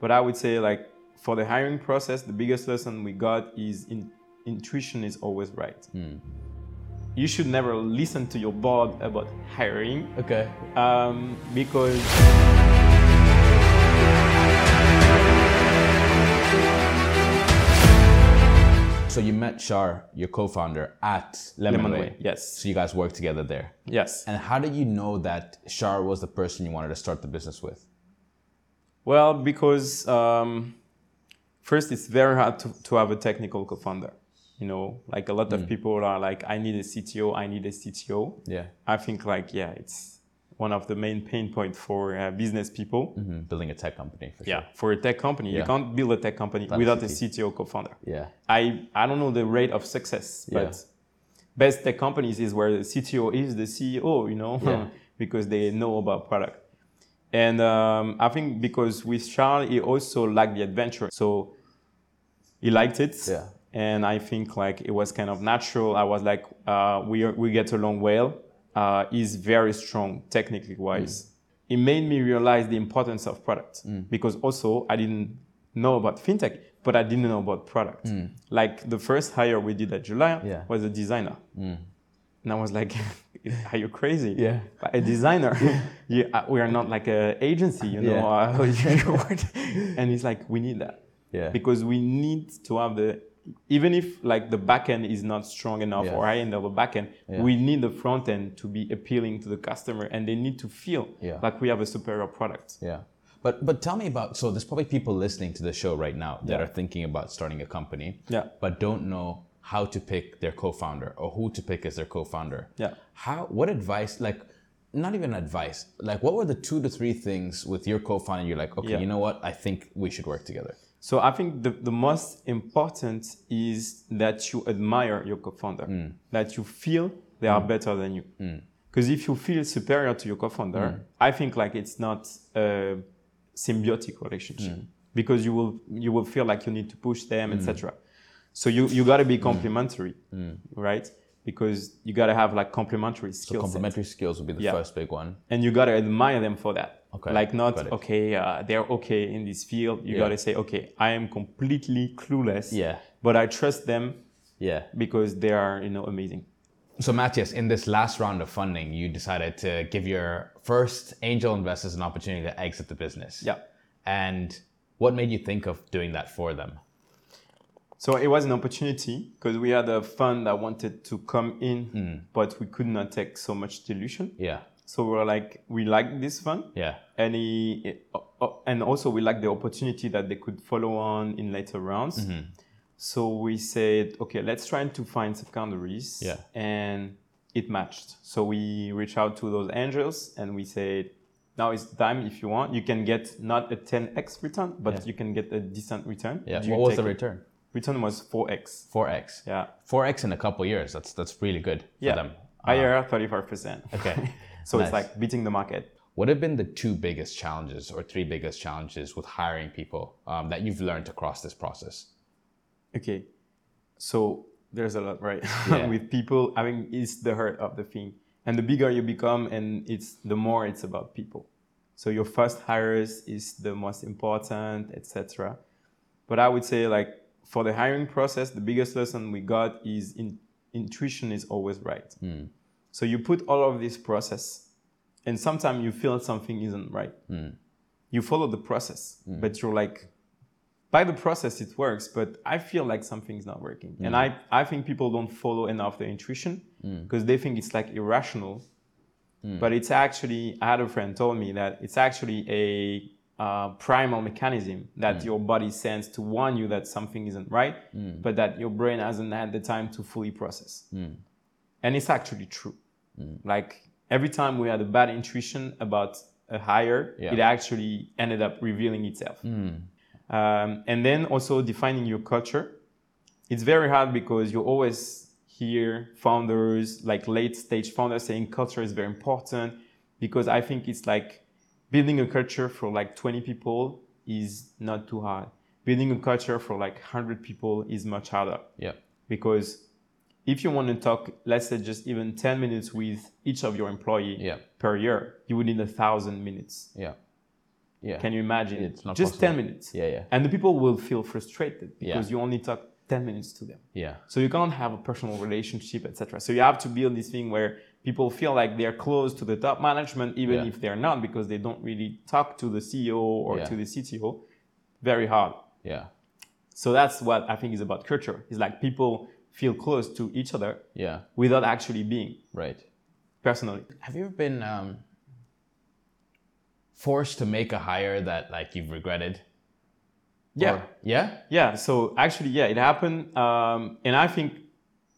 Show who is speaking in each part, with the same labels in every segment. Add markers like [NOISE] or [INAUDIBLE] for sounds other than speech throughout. Speaker 1: But I would say like for the hiring process, the biggest lesson we got is in, intuition is always right. You should never listen to your board about hiring
Speaker 2: Okay.
Speaker 1: um, because
Speaker 2: Uh, So you met Shar, your co-founder, at Lemon,
Speaker 1: Lemon
Speaker 2: Way.
Speaker 1: Way, yes.
Speaker 2: So you guys worked together there.
Speaker 1: yes.
Speaker 2: And how did you know that Shar was the person you wanted to start the business with?
Speaker 1: Well, because um, first, it's very hard to, to have a technical co-founder. You know, like a lot of people are like, I need a CTO, I need a CTO.
Speaker 2: Yeah.
Speaker 1: I think like, yeah, it's one of the main pain point for uh, business people.
Speaker 2: Mhm. Building a tech company for
Speaker 1: Yeah, for a tech company, you
Speaker 2: Yeah.
Speaker 1: can't build a tech company without a
Speaker 2: CTO.
Speaker 1: CTO co-founder.
Speaker 2: sure. Yeah.
Speaker 1: I I don't know the rate of success, but
Speaker 2: Yeah.
Speaker 1: best tech companies is where the CTO is the CEO, you know,
Speaker 2: Yeah.
Speaker 1: [LAUGHS] because they know about product. And um, I think because with Charles, he also liked the adventure, so he liked it.
Speaker 2: Yeah.
Speaker 1: And I think like it was kind of natural. I was like, uh, we are, we get along well. Uh, he's very strong technically
Speaker 2: Mm.
Speaker 1: wise. It made me realize the importance of product because also I didn't know about fintech, but I didn't know about product. Like the first hire we did at July
Speaker 2: Mm. Yeah. Mm.
Speaker 1: was a designer, and I was like, [LAUGHS] "Are you crazy?
Speaker 2: Yeah.
Speaker 1: But a
Speaker 2: [LAUGHS]
Speaker 1: designer. [LAUGHS] you, uh, we are not like an agency, you know.
Speaker 2: Yeah.
Speaker 1: uh, [LAUGHS]
Speaker 2: [LAUGHS]
Speaker 1: you work." and it's like we need that
Speaker 2: Yeah.
Speaker 1: because we need to have the even if like the back end is not strong enough
Speaker 2: Yeah.
Speaker 1: or high end of a back end
Speaker 2: Yeah.
Speaker 1: we need the front end to be appealing to the customer and they need to feel
Speaker 2: Yeah.
Speaker 1: like we have a superior product
Speaker 2: Yeah. But but tell me about so there's probably people listening to the show right now that
Speaker 1: Yeah.
Speaker 2: are thinking about starting a company.
Speaker 1: Yeah.
Speaker 2: But don't know how to pick their co-founder or who to pick as their co-founder.
Speaker 1: Yeah.
Speaker 2: How what advice like not even advice. Like what were the two to three things with your co-founder you're like, okay,
Speaker 1: Yeah.
Speaker 2: you know what? I think we should work together.
Speaker 1: So I think the, the most important is that you admire your co-founder, that you feel they are better than you. Because if you feel superior to your co-founder, I think like it's not a symbiotic relationship because you will you will feel like you need to push them, etc. So you you got to be complementary, right? Because you got to have like complementary skills
Speaker 2: Complementary skills would be the
Speaker 1: Yeah.
Speaker 2: first big one.
Speaker 1: and you gotta admire them for that.
Speaker 2: Okay,
Speaker 1: Like not
Speaker 2: got it.
Speaker 1: okay, uh, they're okay in this field. You gotta say okay, I am completely clueless.
Speaker 2: Yeah.
Speaker 1: But I trust them
Speaker 2: Yeah.
Speaker 1: because they are you know amazing.
Speaker 2: So Matthias, in this last round of funding, you decided to give your first angel investors an opportunity to exit the business.
Speaker 1: Yeah.
Speaker 2: And what made you think of doing that for them?
Speaker 1: So it was an opportunity because we had a fund that wanted to come in,
Speaker 2: Hmm.
Speaker 1: but we could not take so much dilution.
Speaker 2: Yeah.
Speaker 1: So we were like, we like this fund,
Speaker 2: Yeah.
Speaker 1: and he, uh, uh, and also we like the opportunity that they could follow on in later rounds.
Speaker 2: Mm-hmm.
Speaker 1: So we said, okay, let's try to find secondaries,
Speaker 2: Yeah.
Speaker 1: and it matched. So we reached out to those angels and we said, now is the time if you want, you can get not a 10x return, but you can get a decent return.
Speaker 2: Yeah.
Speaker 1: Do you
Speaker 2: what was the
Speaker 1: take it?
Speaker 2: return?
Speaker 1: return? Was 4x.
Speaker 2: 4x.
Speaker 1: Yeah,
Speaker 2: 4x in a couple years. That's that's really good
Speaker 1: yeah,
Speaker 2: for them. Ah.
Speaker 1: higher 35%. [LAUGHS]
Speaker 2: Okay.
Speaker 1: so it's
Speaker 2: Nice.
Speaker 1: like beating the market.
Speaker 2: What have been the two biggest challenges or three biggest challenges with hiring people um, that you've learned across this process?
Speaker 1: Okay. So there's a lot, right? [LAUGHS]
Speaker 2: Yeah.
Speaker 1: With people, I mean, it's the heart of the thing. And the bigger you become, and it's the more it's about people. So your first hires is the most important, etc. But I would say, like, for the hiring process, the biggest lesson we got is in, intuition is always right. So you put all of this process, and sometimes you feel something isn't right. You follow the process, but you're like, by the process it works but i feel like something's not working and I, I think people don't follow enough their intuition because they think it's like irrational but it's actually i had a friend told me that it's actually a uh, primal mechanism that your body sends to warn you that something isn't right but that your brain hasn't had the time to fully process and it's actually true like every time we had a bad intuition about a hire
Speaker 2: Yeah.
Speaker 1: it actually ended up revealing itself um, and then also defining your culture it's very hard because you always hear founders like late stage founders saying culture is very important because i think it's like building a culture for like 20 people is not too hard building a culture for like 100 people is much harder
Speaker 2: Yeah.
Speaker 1: because if you want to talk let's say just even 10 minutes with each of your employee
Speaker 2: Yeah.
Speaker 1: per year you would need a thousand minutes
Speaker 2: Yeah. Yeah.
Speaker 1: Can you imagine?
Speaker 2: It's not
Speaker 1: Just 10
Speaker 2: possible.
Speaker 1: minutes.
Speaker 2: Yeah, yeah.
Speaker 1: And the people will feel frustrated
Speaker 2: Yeah.
Speaker 1: because you only talk 10 minutes to them.
Speaker 2: yeah.
Speaker 1: So you can't have a personal relationship, etc. So you have to build this thing where people feel like they're close to the top management, even
Speaker 2: Yeah.
Speaker 1: if they're not, because they don't really talk to the CEO or
Speaker 2: Yeah.
Speaker 1: to the CTO. Very hard.
Speaker 2: Yeah.
Speaker 1: So that's what I think is about culture. It's like people feel close to each other
Speaker 2: Yeah.
Speaker 1: without actually being
Speaker 2: Right.
Speaker 1: personally.
Speaker 2: Have you ever been um, forced to make a hire that like you've regretted?
Speaker 1: Yeah.
Speaker 2: Or- yeah.
Speaker 1: Yeah, so actually, yeah, it happened. Um, and I think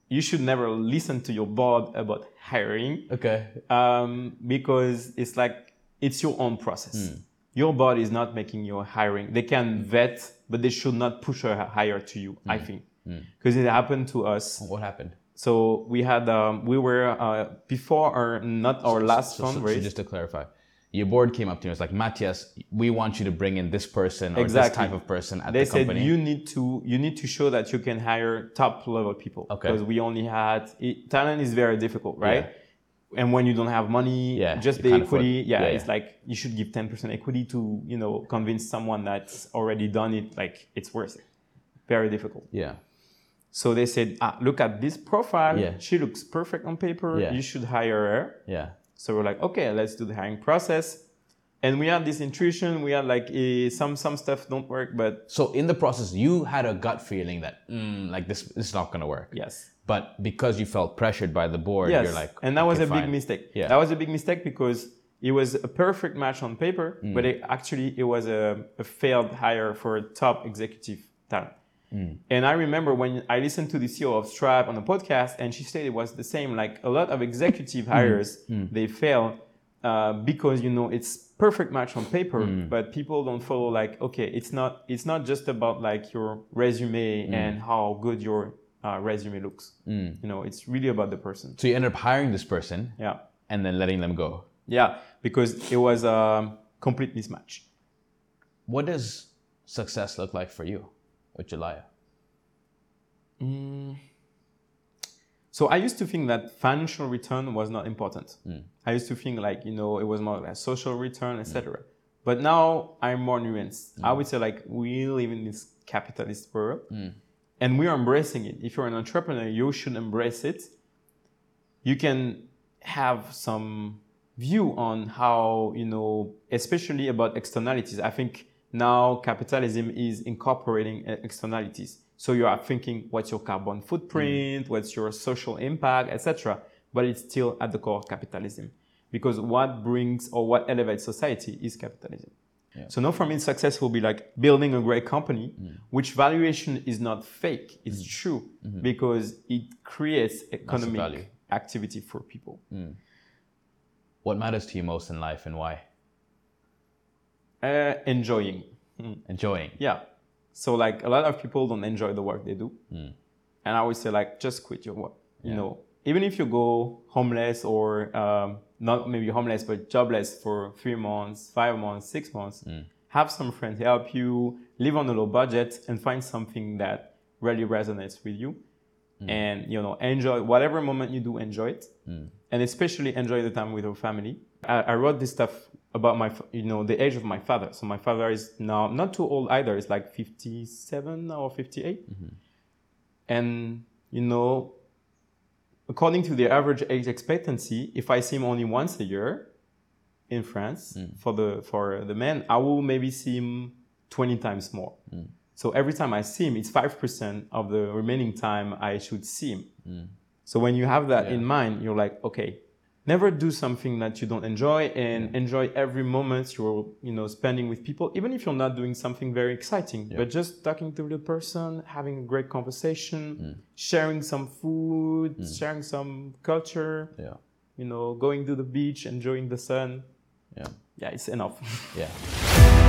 Speaker 1: you should never listen to your board about hiring
Speaker 2: Okay.
Speaker 1: um, because it's like it's your own process.
Speaker 2: Hmm.
Speaker 1: Your board is not making your hiring. They can vet, but they should not push a hire to you, I
Speaker 2: Hmm.
Speaker 1: think. Because it happened to us.
Speaker 2: What happened?
Speaker 1: So we had, um, we were uh, before our, not our last
Speaker 2: So, so- so
Speaker 1: fundraise.
Speaker 2: just to clarify, your board came up to you and was like, Matthias, we want you to bring in this person or this
Speaker 1: Exactly.
Speaker 2: type of person at
Speaker 1: they
Speaker 2: the
Speaker 1: said
Speaker 2: company.
Speaker 1: you need to you need to show that you can hire top level people
Speaker 2: Okay.
Speaker 1: because we only had it, Thailand is very difficult right and when you don't have money
Speaker 2: Yeah,
Speaker 1: just
Speaker 2: you
Speaker 1: the
Speaker 2: can't
Speaker 1: equity
Speaker 2: afford-
Speaker 1: yeah,
Speaker 2: yeah,
Speaker 1: it's
Speaker 2: yeah.
Speaker 1: like you should give 10% equity to you know convince someone that's already done it like it's worth it very difficult
Speaker 2: yeah.
Speaker 1: so they said ah, look at this profile
Speaker 2: Yeah.
Speaker 1: she looks perfect on paper
Speaker 2: Yeah.
Speaker 1: you should hire her
Speaker 2: Yeah.
Speaker 1: so we're like, okay, let's do the hiring process. And we had this intuition. We had like eh, some some stuff don't work, but
Speaker 2: So in the process, you had a gut feeling that mm, like this, this is not going to work.
Speaker 1: yes,
Speaker 2: But because you felt pressured by the board,
Speaker 1: yes.
Speaker 2: you're like,
Speaker 1: and that was
Speaker 2: "Okay,
Speaker 1: a big
Speaker 2: fine."
Speaker 1: mistake.
Speaker 2: Yeah.
Speaker 1: that was a big mistake because it was a perfect match on paper,
Speaker 2: Mm.
Speaker 1: but it, actually it was a, a failed hire for a top executive talent.
Speaker 2: Mm.
Speaker 1: And I remember when I listened to the CEO of Stripe on the podcast, and she said it was the same. Like a lot of executive
Speaker 2: Mm.
Speaker 1: hires, they fail uh, because you know it's perfect match on paper,
Speaker 2: Mm.
Speaker 1: but people don't follow. Like okay, it's not it's not just about like your resume
Speaker 2: Mm.
Speaker 1: and how good your uh, resume looks. You know, it's really about the person.
Speaker 2: So you ended up hiring this person
Speaker 1: Yeah,
Speaker 2: and then letting them go.
Speaker 1: yeah, because it was a complete mismatch.
Speaker 2: What does success look like for you, Uchalaya?
Speaker 1: So I used to think that financial return was not important. I used to think like you know it was more like social return, etc. But now I'm more nuanced. I would say like we live in this capitalist world, and we are embracing it. If you're an entrepreneur, you should embrace it. You can have some view on how you know, especially about externalities. I think now capitalism is incorporating uh, externalities. So you are thinking, what's your carbon footprint? What's your social impact, etc. But it's still at the core of capitalism, because what brings or what elevates society is capitalism. So now for me, success will be like building a great company, which valuation is not fake, it's true because it creates economic
Speaker 2: value.
Speaker 1: activity for people.
Speaker 2: What matters to you most in life and why?
Speaker 1: Uh, enjoying.
Speaker 2: Enjoying.
Speaker 1: Yeah. So like a lot of people don't enjoy the work they do. And I always say like just quit your work. You know, even if you go homeless or um, not maybe homeless but jobless for three months, five months, six months, have some friends help you, live on a low budget and find something that really resonates with you. And you know, enjoy whatever moment you do, enjoy it. And especially enjoy the time with your family. I, I wrote this stuff about my, f- you know, the age of my father. So my father is now not too old either. It's like 57 or 58 and you know according to the average age expectancy if i see him only once a year in france for the for the men i will maybe see him 20 times more so every time i see him it's 5% of the remaining time i should see him so when you have that in mind you're like okay never do something that you don't enjoy and enjoy every moment you're you know spending with people even if you're not doing something very exciting but just talking to the person having a great conversation sharing some food sharing some culture
Speaker 2: Yeah.
Speaker 1: you know going to the beach enjoying the sun
Speaker 2: Yeah.
Speaker 1: yeah it's enough [LAUGHS]
Speaker 2: Yeah.